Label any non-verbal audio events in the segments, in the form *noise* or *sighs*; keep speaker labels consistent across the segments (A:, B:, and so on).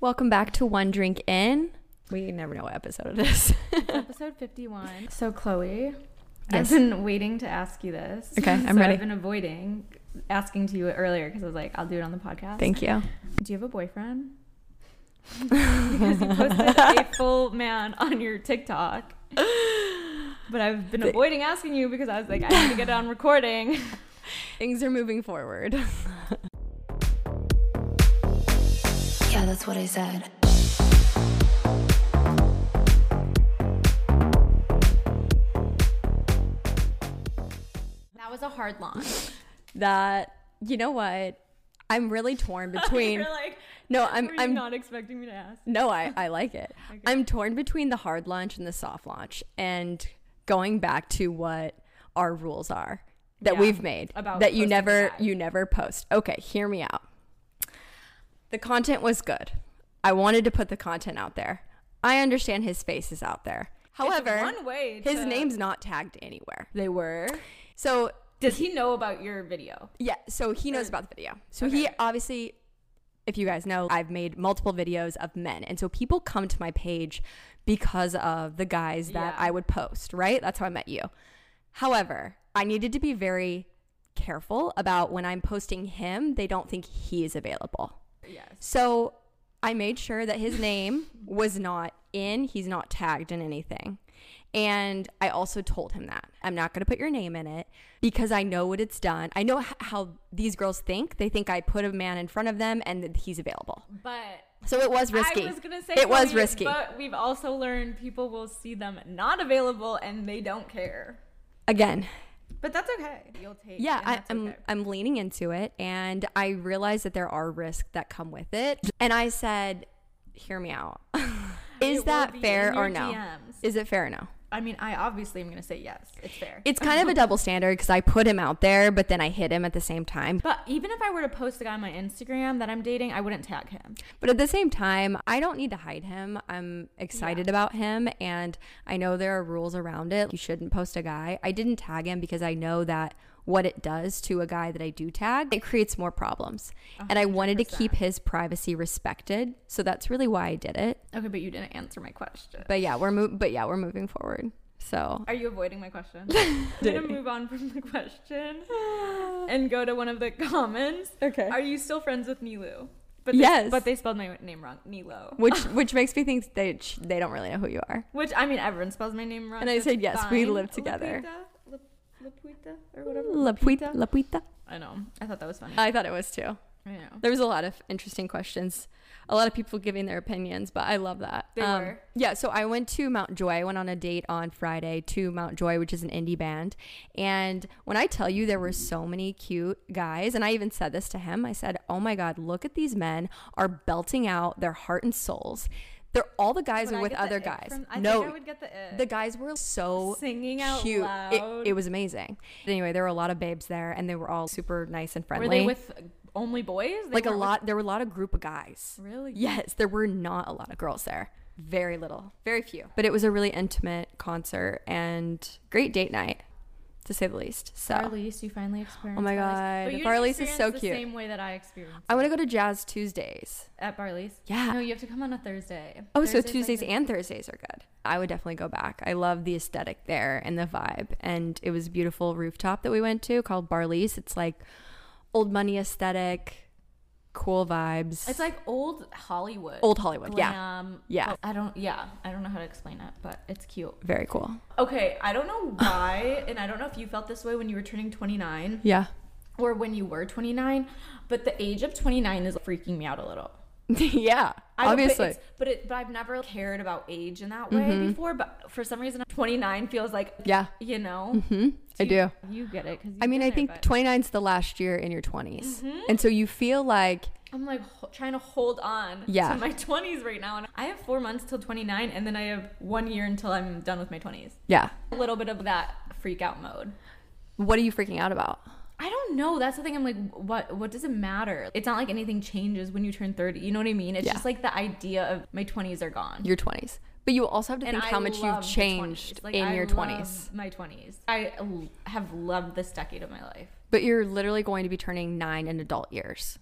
A: Welcome back to One Drink In. We never know what episode it is.
B: Episode 51. So, Chloe,
A: *laughs* Yes. *laughs*
B: I've been waiting to ask you this.
A: Okay, I'm
B: So
A: ready.
B: I've been avoiding asking to you earlier because I was like, I'll do it on the podcast.
A: Thank you.
B: Do you have a boyfriend?
A: *laughs*
B: because you posted a full man on your TikTok. But I've been
A: The-
B: avoiding asking you because I was like, I need to get it
A: *laughs*
B: on recording.
A: *laughs* Things are moving forward.
C: Yeah, that's what I said.
B: That was a hard *laughs* launch.
A: That you know what? I'm really *laughs* torn between.
B: You're like,
A: no,
B: I'm,
A: I'm I'm
B: not expecting me to ask.
A: no, I I like
B: *laughs*
A: it. I'm torn between the hard launch and the soft launch, and going back to what our rules are that
B: Yeah,
A: we've made
B: about
A: that you
B: posting
A: never
B: that.
A: you never post. Okay, hear me out. The content was good. I wanted to put the content out there. I understand his face is out there. However,
B: one way
A: his
B: to-
A: name's not tagged anywhere.
B: They were.
A: So
B: Does he know about your video?
A: yeah, so he knows about the video. So he obviously, if you guys know, I've made multiple videos of men, and so people come to my page because of the guys that
B: Yeah.
A: I would post. Right, that's how I met you. However, I needed to be very careful about when I'm posting him. They don't think he is available.
B: Yes.
A: So I made sure that his name was not in, he's not tagged in anything. And I also told him that I'm not going to put your name in it because I know what it's done. I know h- how these girls think. They think I put a man in front of them and that he's available.
B: But
A: So it was risky.
B: I was gonna say
A: it was
B: Chloe,
A: risky.
B: but we've also learned people will see them not available and they don't care.
A: Again,
B: But that's okay. You'll take.
A: yeah,
B: and
A: I,
B: that's
A: I'm
B: okay.
A: I'm leaning into it, and I realize that there are risks that come with it. And I said, "Hear me out. *laughs*
B: It
A: Is
B: will be
A: that
B: in
A: fair
B: your
A: or no?
B: DMs.
A: Is it fair or no?"
B: I mean, I obviously am gonna say yes. It's fair.
A: It's kind of a double standard because I put him out there, but then I hit him at the same time.
B: but even if I were to post a guy on my Instagram that I'm dating, I wouldn't tag him.
A: But at the same time, I don't need to hide him. I'm excited about him, and I know there are rules around it. You shouldn't post a guy. I didn't tag him because I know that what it does to a guy that I do tag, it creates more problems. And I wanted to keep his privacy respected, so that's really why I did it.
B: Okay, but you didn't answer my question.
A: But yeah, we're mo- but yeah, we're moving forward. So
B: Are you avoiding
A: *laughs*
B: my question? I'm gonna move on from
A: *sighs*
B: the question and go to one of the comments.
A: Okay.
B: Are you still friends with Nilu? But they,
A: Yes.
B: But they spelled my name wrong. Nilo.
A: which which makes me think they they don't really know who you are.
B: Which I mean, everyone spells my name wrong.
A: And I
B: It's
A: said, yes, we
B: fine.
A: live together.
B: Lapuita? Lap- Lapuita or whatever.
A: La puita, la Uh, puita.
B: I know. I thought that was funny.
A: I thought it was too.
B: I know.
A: There was a lot of interesting questions, a lot of people giving their opinions, but I love that. Um,
B: They were.
A: Yeah, so I went to Mount Joy. I went on a date on Friday to Mount Joy, which is an indie band. And when I tell you there were so many cute guys, and I even said this to him, I said, "Oh my God, look at these men are belting out their heart and souls. They're all the guys
B: Would
A: are
B: I
A: with
B: get the
A: other
B: ick
A: guys.
B: from- I
A: no,
B: think I would get the ick.
A: the guys were so
B: Singing out
A: cute. It-
B: loud.
A: It, was amazing. Anyway, there were a lot of babes there, and they were all super nice and friendly
B: Were they with only boys? They
A: like a
B: weren't
A: lot there were a lot of group of guys
B: with- really?
A: yes there were not a lot of girls there very little very few but it was a really intimate concert and great date night to say the least so
B: Farley's, you finally experienced.
A: Oh my
B: Farley's.
A: God,
B: But you didn't
A: Farley's is so
B: experience the
A: cute.
B: Same way that I experienced
A: i want to go to jazz tuesdays
B: at Barley's.
A: Yeah.
B: No, you have to come on a Thursday.
A: oh
B: Thursday's
A: so
B: like
A: tuesdays
B: the-
A: and thursdays are good i would definitely go back i love the aesthetic there and the vibe and it was a beautiful rooftop that we went to called barley's it's like old money aesthetic cool vibes
B: It's like old Hollywood.
A: old hollywood yeah
B: Glam. Oh,
A: Yeah.
B: I don't. Yeah. I don't know how to explain it, but it's cute.
A: very cool
B: Okay. I don't know why, and I don't know if you felt this way when you were turning 29.
A: yeah
B: or when you were 29, but the age of 29 is freaking me out a little.
A: *laughs* yeah
B: I don't- but
A: obviously Mm-hmm.
B: it's- but, it, but I've never cared about age in that way before. But for some reason, 29 feels like
A: Yeah.
B: you know.
A: Mm-hmm. i do
B: You get it because
A: I mean, I think 29 is the last year in your 20s.
B: Mm-hmm.
A: And so you feel like,
B: I'm like ho- trying to hold on
A: Yeah.
B: to my 20s right now, and I have four months till 29, and then I have one year until I'm done with my 20s.
A: yeah,
B: A little bit of that freak out mode.
A: what are you freaking out about?
B: I don't know. That's the thing. I'm like, what? What does it matter? It's not like anything changes when you turn 30. You know what I mean? It's
A: Yeah.
B: just like the idea of my 20s are gone.
A: Your 20s. But you also have to
B: And
A: think how
B: I
A: much
B: love
A: you've
B: the 20s.
A: changed
B: Like,
A: in
B: I
A: your
B: love
A: 20s.
B: My 20s. I l- have loved this decade of my life.
A: But you're literally going to
B: *laughs*
A: be turning nine in adult years.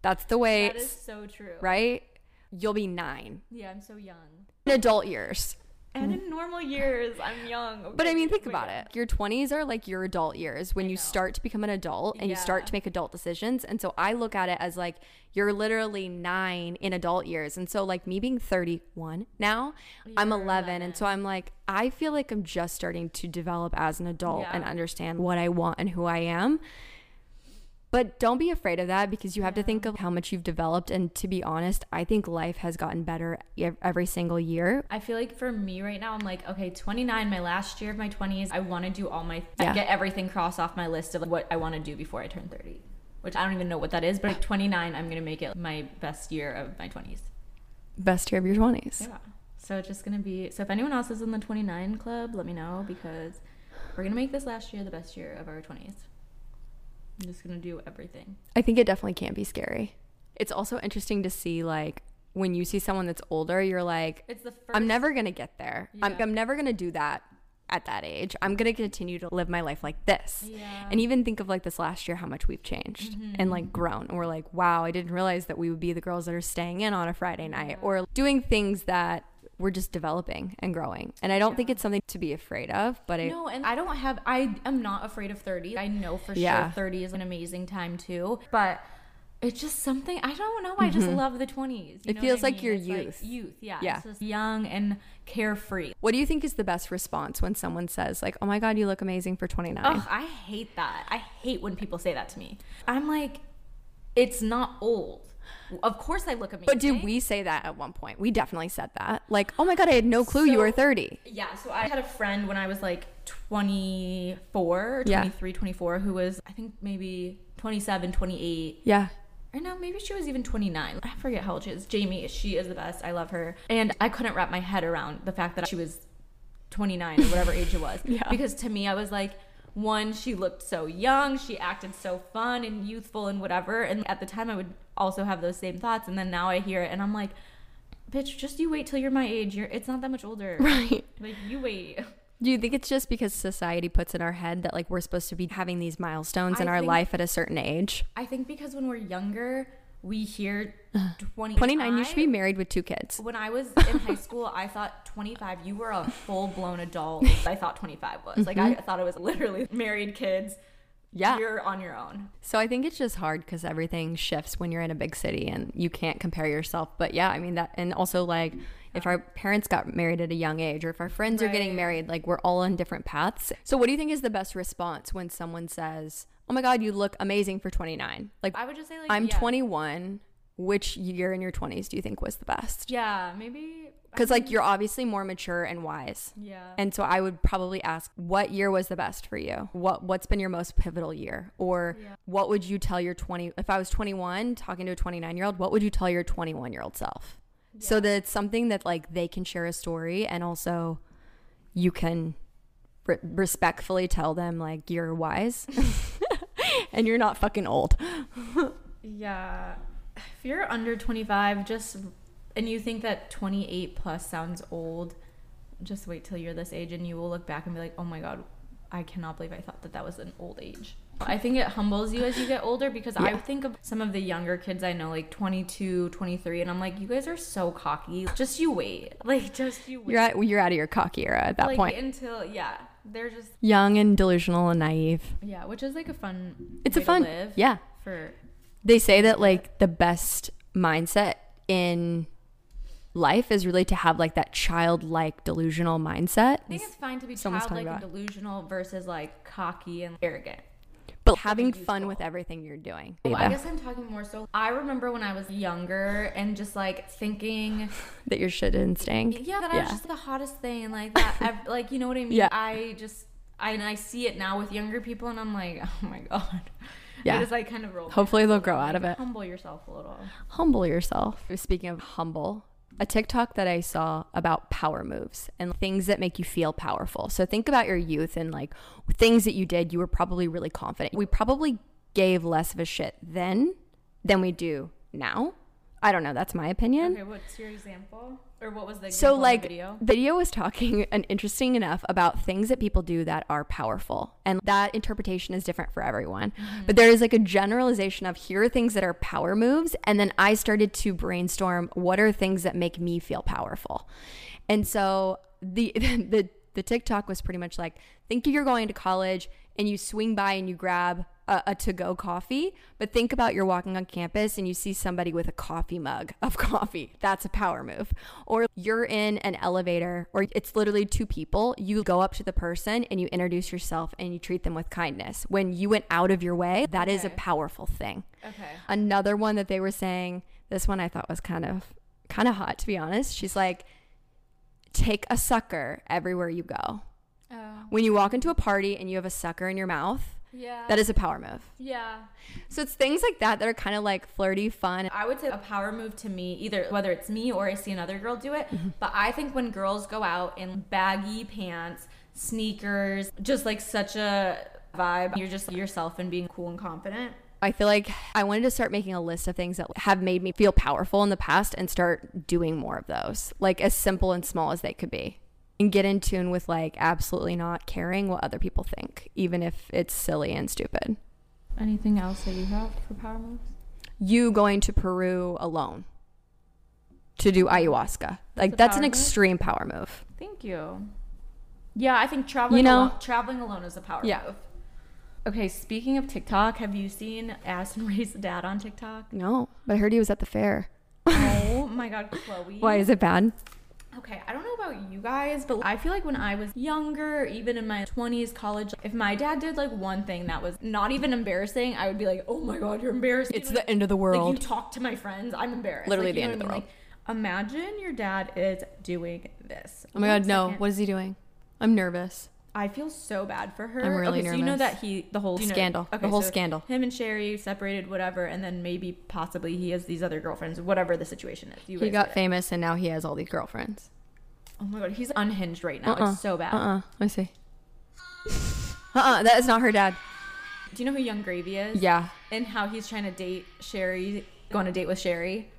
A: That's the way,
B: That is so true.
A: right? you'll be nine.
B: Yeah, I'm so young.
A: In adult years.
B: And in normal years, I'm young.
A: But I mean, think
B: okay?
A: about
B: Wait,
A: it. Your 20s are like your adult years when
B: I
A: you
B: know.
A: start to become an adult and you start
B: Yeah.
A: to make adult decisions. And so I look at it as like you're literally nine in adult years. And so, like, me being 31 now, I'm
B: You're
A: 11, And so I'm like, I feel like I'm just starting to develop as an adult
B: Yeah.
A: and understand what I want and who I am. But don't be afraid of that because you have to
B: Yeah.
A: think of how much you've developed. And to be honest, I think life has gotten better ev- every single year.
B: I feel like for me right now, I'm like, okay, 29, my last year of my 20s, I want to do all my,
A: Yeah.
B: get everything crossed off my list of like, what I want to do before I turn 30, which I don't even know what that is, but at 29, I'm going to make it my best year of my 20s.
A: Best year of your 20s.
B: Yeah. So it's just going to be, so if anyone else is in the 29 club, let me know because we're going to make this last year the best year of our 20s. I'm just going to do everything.
A: I think it definitely can be scary. It's also interesting to see like when you see someone that's older, you're like,
B: It's the first.
A: I'm never gonna get there. I'm,
B: Yeah.
A: I'm never gonna do that at that age. I'm gonna continue to live my life like this.
B: Yeah. Mm-hmm.
A: And even think of like this last year, how much we've changed and like grown. And we're like, wow, I didn't realize that we would be the girls that are staying in on a Friday night or doing things that we're just developing and growing. And I don't think it's something to be afraid of, but I,
B: No, and I don't have. I am not afraid of thirty. I know for
A: Yeah.
B: sure thirty is an amazing time too. But it's just something I don't know. I just love the twenties.
A: Mm-hmm. It feels like your youth.
B: youth, yeah.
A: Yeah.
B: It's just young and carefree.
A: what do you think is the best response when someone says like, oh my God, you look amazing for 29?
B: Ugh, I hate that. I hate when people say that to me. I'm like, it's not old. Of course, I look amazing.
A: But did we say that at one point? We definitely said that. Like, oh my god, I had no clue you
B: So-
A: were 30.
B: Yeah, so I had a friend when I was like 24,
A: Yeah.
B: 23, 24, who was, I think, maybe 27, 28.
A: Yeah.
B: Or no, maybe she was even 29. I forget how old she is. Jamie, she is the best. I love her. And I couldn't wrap my head around the fact that she was 29 or whatever age it was.
A: *laughs* Yeah.
B: Because to me, I was like, one, she looked so young. She acted so fun and youthful and whatever. And at the time, I would also have those same thoughts. And then now I hear it and I'm like, bitch, just you wait till you're my age. You're, it's not that much older.
A: *laughs* *laughs* Right.
B: Like, you wait.
A: Do you think it's just because society puts in our head that like we're supposed to be having these milestones in
B: I
A: our
B: think-
A: life at a certain age?
B: I think because when we're younger, we hear 20.
A: 29, you
B: I-
A: should be married with two kids.
B: When I was in
A: *laughs*
B: high school, I thought 25, you were a full
A: *laughs*
B: blown adult. I thought 25 was. Like, I thought it was literally married kids.
A: Mm-hmm. Yeah.
B: You're on your own.
A: So I think it's just hard because everything shifts when you're in a big city and you can't compare yourself. But yeah, I mean that, and also like if our parents got married at a young age or if our friends are getting
B: Right.
A: married, like we're all on different paths. So what do you think is the best response when someone says, "Oh my God, you look amazing for 29"? Like
B: I would just say, like,
A: I'm
B: yeah.
A: 21. Which year in your 20s do you think was the best?
B: Yeah, maybe.
A: Because, like, you're obviously more mature and wise.
B: Yeah.
A: And so I would probably ask, what year was the best for you? What What's been your most pivotal year? Or
B: Yeah.
A: what would you tell your 20? If I was 21 talking to a 29 year old, what would you tell your 21 year old self? So that it's something that like they can share a story and also you can re- respectfully tell them like you're
B: *laughs*
A: wise and you're not fucking old.
B: Yeah. If you're under 25, just and you think that 28 plus sounds old, just wait till you're this age and you will look back and be like, "Oh my god, I cannot believe I thought that that was an old age." I think it humbles you as you get older because I
A: Yeah.
B: think of some of the younger kids I know like 22, 23 and I'm like, "You guys are so cocky. Just you wait. *laughs* Like just you wait."
A: You're at, you're out of your cocky era at that
B: like
A: point.
B: until yeah, they're just
A: young and delusional and naive.
B: yeah, which is like a fun
A: It's
B: way
A: a fun,
B: to live
A: yeah.
B: for
A: They say that like the best mindset in life is really to have like that childlike delusional mindset,
B: I think it's fine to be
A: Someone's talking
B: childlike and delusional versus like cocky and arrogant.
A: but having
B: useful.
A: fun with everything you're doing.
B: Well, I
A: Yeah.
B: guess I'm talking more so. I remember when I was younger and just like thinking,
A: that your shit didn't stink.
B: yeah, that I
A: Yeah.
B: was just the hottest thing,
A: *laughs*
B: like that, ev- like you know what I mean.
A: Yeah.
B: I just, I and I see it now with younger people, and I'm like, *laughs* oh my god.
A: Yeah.
B: I just like kind of roll. my
A: Hopefully they'll
B: eyes.
A: grow out of
B: Like,
A: it.
B: Humble yourself a little.
A: Humble yourself. Speaking of humble, a TikTok that I saw about power moves and things that make you feel powerful. So think about your youth and like things that you did, you were probably really confident. We probably gave less of a shit then than we do now. I don't know. That's my opinion.
B: Okay, what's your example? Or what was the example
A: so
B: in the
A: like
B: video?
A: video was talking *laughs* and interesting enough about things that people do that are powerful and that interpretation is different for everyone
B: Mm-hmm.
A: but there is like a generalization of here are things that are power moves and then i started to brainstorm what are things that make me feel powerful and so the *laughs* the the tiktok was pretty much like think you're going to college and you swing by and you grab a, a to-go coffee but think about you're walking on campus and you see somebody with a coffee mug of *laughs* coffee that's a power move or you're in an elevator or it's literally two people you go up to the person and you introduce yourself and you treat them with kindness when you went out of your way that is
B: Okay.
A: a powerful thing
B: Okay.
A: another one that they were saying this one i thought was kind of kind of hot to be honest she's like take a sucker everywhere you go
B: Oh.
A: when you walk into a party and you have a sucker in your mouth
B: Yeah.
A: that is a power move
B: Yeah.
A: so it's things like that that are kind of like flirty fun
B: I would say a power move to me, either whether it's me or I see another girl do it. But I think when girls go out in baggy pants, sneakers, just like such a vibe, you're just yourself and being cool and confident.
A: i feel like i wanted to start making a list of things that have made me feel powerful in the past and start doing more of those like as simple and small as they could be and get in tune with like absolutely not caring what other people think even if it's silly and stupid
B: Anything else that you have for power moves?
A: you going to Peru alone to do ayahuasca. Like
B: a
A: that's an
B: power move?
A: extreme power move.
B: Thank you. Yeah, I think traveling
A: You know-
B: alone, traveling alone is a power
A: Yeah.
B: move. Okay, speaking of TikTok, have you seen Aston Ray's dad on *laughs* TikTok?
A: No, but I heard he was at the fair.
B: oh my god, Chloe.
A: Why is it bad?
B: Okay, I don't know about you guys, but I feel like when I was younger, even in my 20s, college, if my dad did like one thing that was not even embarrassing, I would be like, oh my god, you're embarrassing.
A: It's
B: Like-
A: the end of the
B: Like
A: world.
B: you talk to my friends, I'm embarrassed.
A: Literally
B: Like, you
A: the
B: know
A: end
B: what
A: of
B: I mean? Like, imagine your dad is doing this.
A: oh my
B: One
A: god, no.
B: second.
A: What is he doing? I'm nervous.
B: I feel so bad for her.
A: I'm really
B: okay, So you know
A: nervous.
B: that he the whole you know-
A: Scandal. The whole scandal.
B: Him and Sherry separated, whatever, and then maybe possibly he has these other girlfriends, whatever the situation is. You
A: He
B: guys
A: got
B: get it.
A: famous and now he has all these girlfriends.
B: Oh my god, he's unhinged right now.
A: Uh-uh.
B: It's so bad.
A: Uh-uh. Let me see. Uh-uh. That is not her dad.
B: Do you know who Young Gravy is?
A: Yeah.
B: And how he's trying to date Sherry, go on a date with Sherry.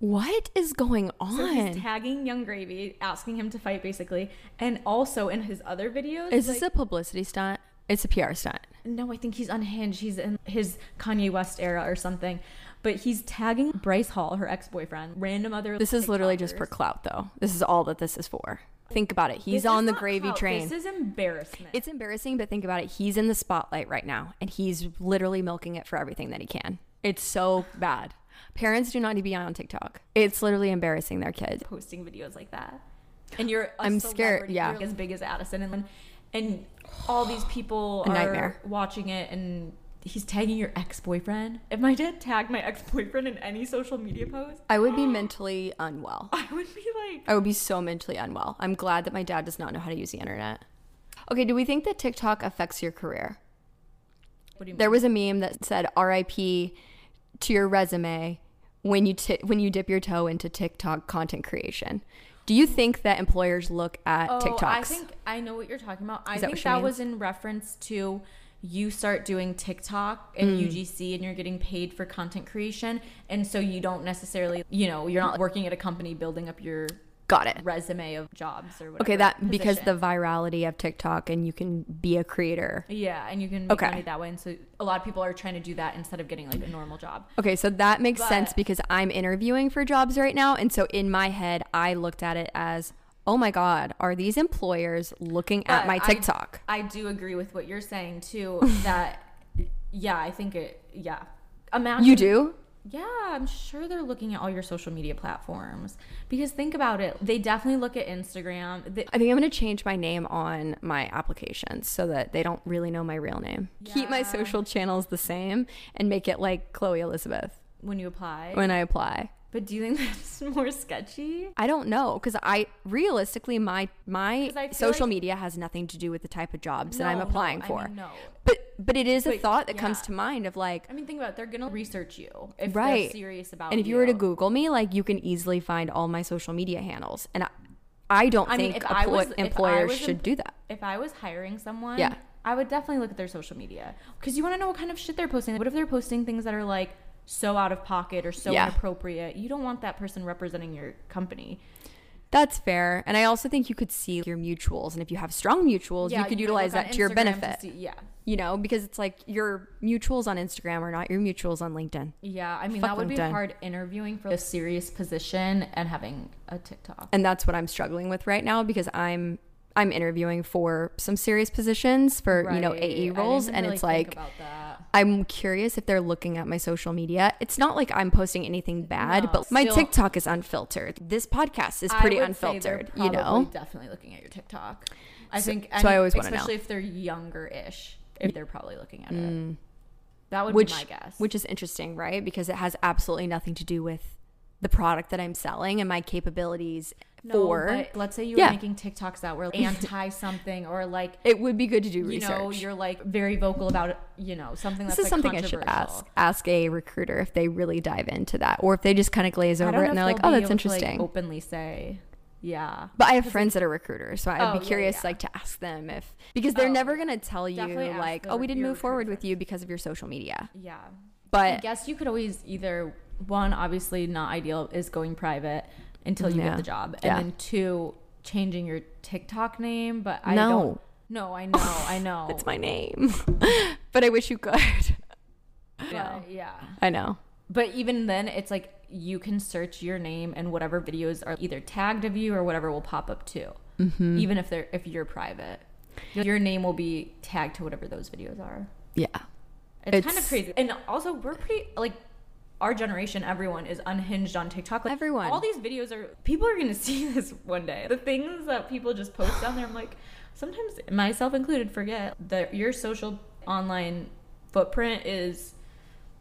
A: What is going
B: So he's
A: on?
B: tagging Young Gravy, asking him to fight basically, and also in his other videos.
A: is
B: like-
A: this a publicity stunt? It's a PR stunt.
B: No, I think he's unhinged. He's in his Kanye West era or something. But he's tagging Bryce Hall, her ex boyfriend, random other.
A: This is literally just for
B: TikTokers.
A: clout though. This is all that this is for. Think about it. He's
B: This
A: on
B: is
A: the
B: not
A: gravy
B: clout.
A: train.
B: This is embarrassment.
A: It's embarrassing, but think about it. He's in the spotlight right now, and he's literally milking it for everything that he can. It's so bad. Parents do not need to be on TikTok. It's literally embarrassing their kids.
B: posting videos like that. And you're i
A: I'm scared, yeah.
B: as big as Addison, and and all these people
A: A
B: are
A: nightmare.
B: watching it, and he's tagging your ex boyfriend. If my dad tagged my ex boyfriend in any social media post,
A: I would be mentally unwell.
B: I would be like,
A: I would be so mentally unwell. I'm glad that my dad does not know how to use the internet. Okay, do we think that TikTok affects your career?
B: what do you mean?
A: There was a meme that said RIP to your resume when you ti when you dip your toe into TikTok content creation. Do you think that employers look at TikToks?
B: Oh, I think I know what you're talking about. I
A: Is that
B: think
A: what she
B: that
A: means?
B: was in reference to you start doing TikTok
A: Hmm.
B: and UGC and you're getting paid for content creation. And so you don't necessarily, you know, you're not working at a company building up your
A: Got it.
B: resume of jobs or whatever.
A: Okay, that because the
B: position.
A: virality of TikTok and you can be a creator.
B: Yeah, and you can make
A: Okay.
B: money that way. And so a lot of people are trying to do that instead of getting like a normal job.
A: Okay, so that makes sense
B: But-
A: because I'm interviewing for jobs right now. And so in my head, I looked at it as, oh my God, are these employers looking at
B: But
A: my
B: I-
A: TikTok?
B: I do agree with what you're
A: *laughs*
B: saying too. That yeah, I think it. Yeah, imagine
A: you do?
B: Yeah, I'm sure they're looking at all your social media platforms because think about it. They definitely look at Instagram. They,
A: I think I'm going to change my name on my applications so that they don't really know my real name. Keep my
B: Yeah.
A: social channels the same and make it like Chloe Elizabeth
B: when you apply,
A: when I apply.
B: but do you think *laughs* that's more sketchy?
A: I don't know because I realistically my my
B: 'Cause I feel
A: social
B: like-
A: media has nothing to do with the type of jobs that I'm
B: No, no,
A: applying
B: I
A: for.
B: mean, no.
A: But but it is a
B: But,
A: thought that comes
B: yeah.
A: to mind of like
B: I mean, think about it. They're gonna research you if they're
A: Right.
B: serious about.
A: and if you were to Google me like you can easily find all my social media handles and I, I don't
B: I mean,
A: think
B: if I
A: employ-
B: was- if I
A: employers
B: was
A: should
B: empl-
A: do that.
B: if I was hiring someone,
A: Yeah.
B: I would definitely look at their social media because you want to know what kind of shit they're posting. What if they're posting things that are like so out of pocket or so
A: Yeah.
B: inappropriate. You don't want that person representing your company.
A: That's fair. And I also think you could see your mutuals. And if you have strong mutuals, you could
B: might
A: utilize
B: look on
A: that to your
B: Instagram
A: benefit.
B: see- yeah.
A: you know, because it's like your mutuals on Instagram are not your mutuals on LinkedIn.
B: Yeah, I mean
A: Fuck
B: that would be
A: LinkedIn.
B: hard interviewing for a serious position and having a TikTok.
A: And that's what I'm struggling with right now because I'm I'm interviewing for some serious positions for, you know,
B: Right.
A: AE
B: I
A: roles
B: didn't
A: and
B: really
A: it's
B: think
A: like
B: about that.
A: I'm curious if they're looking at my social media. It's not like I'm posting anything bad,
B: No,
A: but my
B: still-
A: TikTok is unfiltered. This podcast is
B: I
A: pretty
B: would say they're
A: unfiltered, you know.
B: probably definitely looking at your TikTok. I
A: So-
B: think,
A: so
B: and
A: I always wanna know. Mm.
B: especially if they're younger-ish, if they're probably looking at it. That would
A: Which
B: be my guess.
A: which is interesting, right? Because it has absolutely nothing to do with the product that I'm selling and my capabilities for.
B: but let's say you
A: Yeah.
B: were making TikToks that
A: *laughs*
B: were anti something or like
A: it would be good to do
B: you
A: research.
B: know you're like very vocal about you know something
A: this
B: that's
A: is
B: like
A: something I should
B: controversial.
A: ask ask a recruiter if they really dive into that, or if they just kind of glaze
B: I
A: over
B: don't
A: it
B: know if
A: and they're like,
B: they'll
A: "Oh,
B: be
A: that's
B: able to, like,
A: interesting."
B: openly say, yeah.
A: but I have friends that are recruiters, so I'd
B: Oh,
A: be
B: yeah,
A: curious
B: yeah.
A: like to ask them if because they're
B: Oh,
A: never
B: yeah.
A: gonna tell you
B: Definitely ask
A: like,
B: the
A: "Oh,
B: re-
A: we didn't
B: your
A: move forward
B: recruiter
A: with you because of your social media."
B: Yeah. I
A: But
B: guess you could always either one, obviously not ideal, is going private until you
A: Yeah.
B: get the job, and
A: Yeah.
B: then two, changing your TikTok name. But I
A: No.
B: don't. No, I know,
A: *laughs*
B: I know.
A: it's my name, *laughs* but I wish you could. *laughs*
B: but,
A: know.
B: Yeah.
A: I know.
B: But even then, it's like you can search your name, and whatever videos are either tagged of you or whatever will pop up too.
A: Mm.
B: Even if they're if you're private, your name will be tagged to whatever those videos are.
A: Yeah.
B: It's, kind
A: It's-
B: of crazy. And also, we're pretty like our generation. Everyone is unhinged on TikTok. Like,
A: Everyone.
B: all these videos are. People are gonna *laughs* see this one day. The things that people just post down there. I'm like, sometimes myself included, forget that your social online footprint is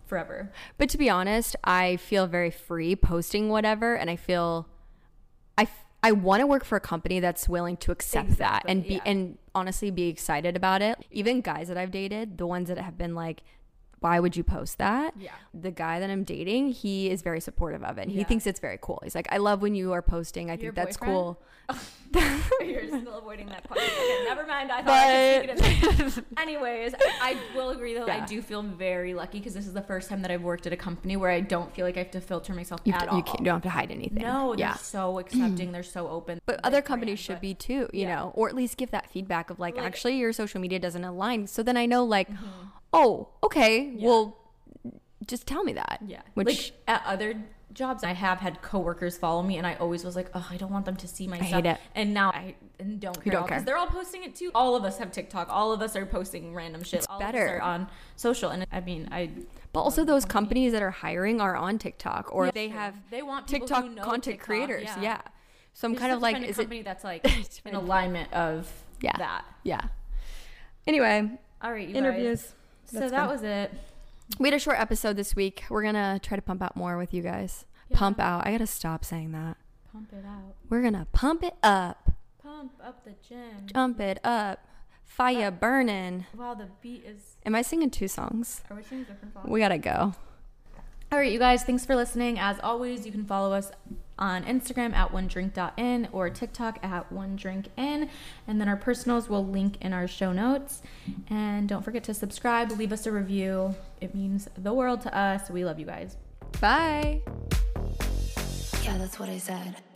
B: forever.
A: But to be honest, I feel very free posting whatever, and I feel I f- I want to work for a company that's willing to accept that and be
B: Exactly, yeah.
A: and honestly be excited about it. Even guys that I've dated, the ones that have been like. Why would you post that?
B: Yeah.
A: The guy that I'm dating, he is very supportive of it. He
B: Yeah.
A: thinks it's very cool. He's like, I love when you are posting. I
B: Your
A: think that's
B: boyfriend?
A: cool.
B: *laughs* You're still avoiding that
A: *laughs*
B: question. Okay, never mind. I thought I could speak it in. Anyways, I will agree though.
A: Yeah.
B: I do feel very lucky because this is the first time that I've worked at a company where I don't feel like I have to filter myself
A: You,
B: at
A: d-
B: all.
A: you, can't, you don't have to hide anything.
B: No, they're
A: yeah.
B: so accepting. they're so open.
A: But
B: Like,
A: other
B: brand,
A: companies should
B: but-
A: be too, you
B: yeah.
A: know, or at least give that feedback of like,
B: Like-
A: actually, your social media doesn't align. So then I know, like, oh, okay,
B: Yeah.
A: well, just tell me that.
B: Yeah.
A: Which
B: like at other jobs, I have had coworkers follow me, and I always was like, oh, I don't want them to see my
A: hate
B: stuff.
A: it.
B: And now I and don't care.
A: You don't
B: at all, 'cause
A: care.
B: They're all posting it too. All of us have TikTok. All of us are posting random shit.
A: It's
B: all Of us
A: better.
B: are on social, and I mean, I.
A: but also those companies that are hiring are on TikTok or they
B: Sure.
A: have
B: they want people
A: TikTok
B: who know
A: content
B: TikTok,
A: creators. Yeah. So I'm
B: There's
A: kind
B: such
A: of
B: a
A: like,
B: kind
A: is it?
B: company that's like
A: *laughs*
B: an alignment of
A: Yeah.
B: that.
A: Yeah. Anyway,
B: All right, you guys.
A: interviews.
B: So
A: That's
B: that
A: fun.
B: was it.
A: We had a short episode this week. We're gonna try to pump out more with you guys.
B: Yeah.
A: Pump out. I gotta stop saying that.
B: Pump it out.
A: We're gonna pump it up,
B: Pump up the gym.
A: jump it up, fire burning.
B: Wow, the beat is.
A: Am I singing two songs?
B: Are we singing different songs?
A: We gotta go.
B: All right, you guys, thanks for listening. As always, you can follow us on Instagram at onedrink.in or TikTok at onedrinkin. And then our personals will link in our show notes. And don't forget to subscribe, leave us a review. It means the world to us. We love you guys.
A: Bye.
C: Yeah, that's what I said.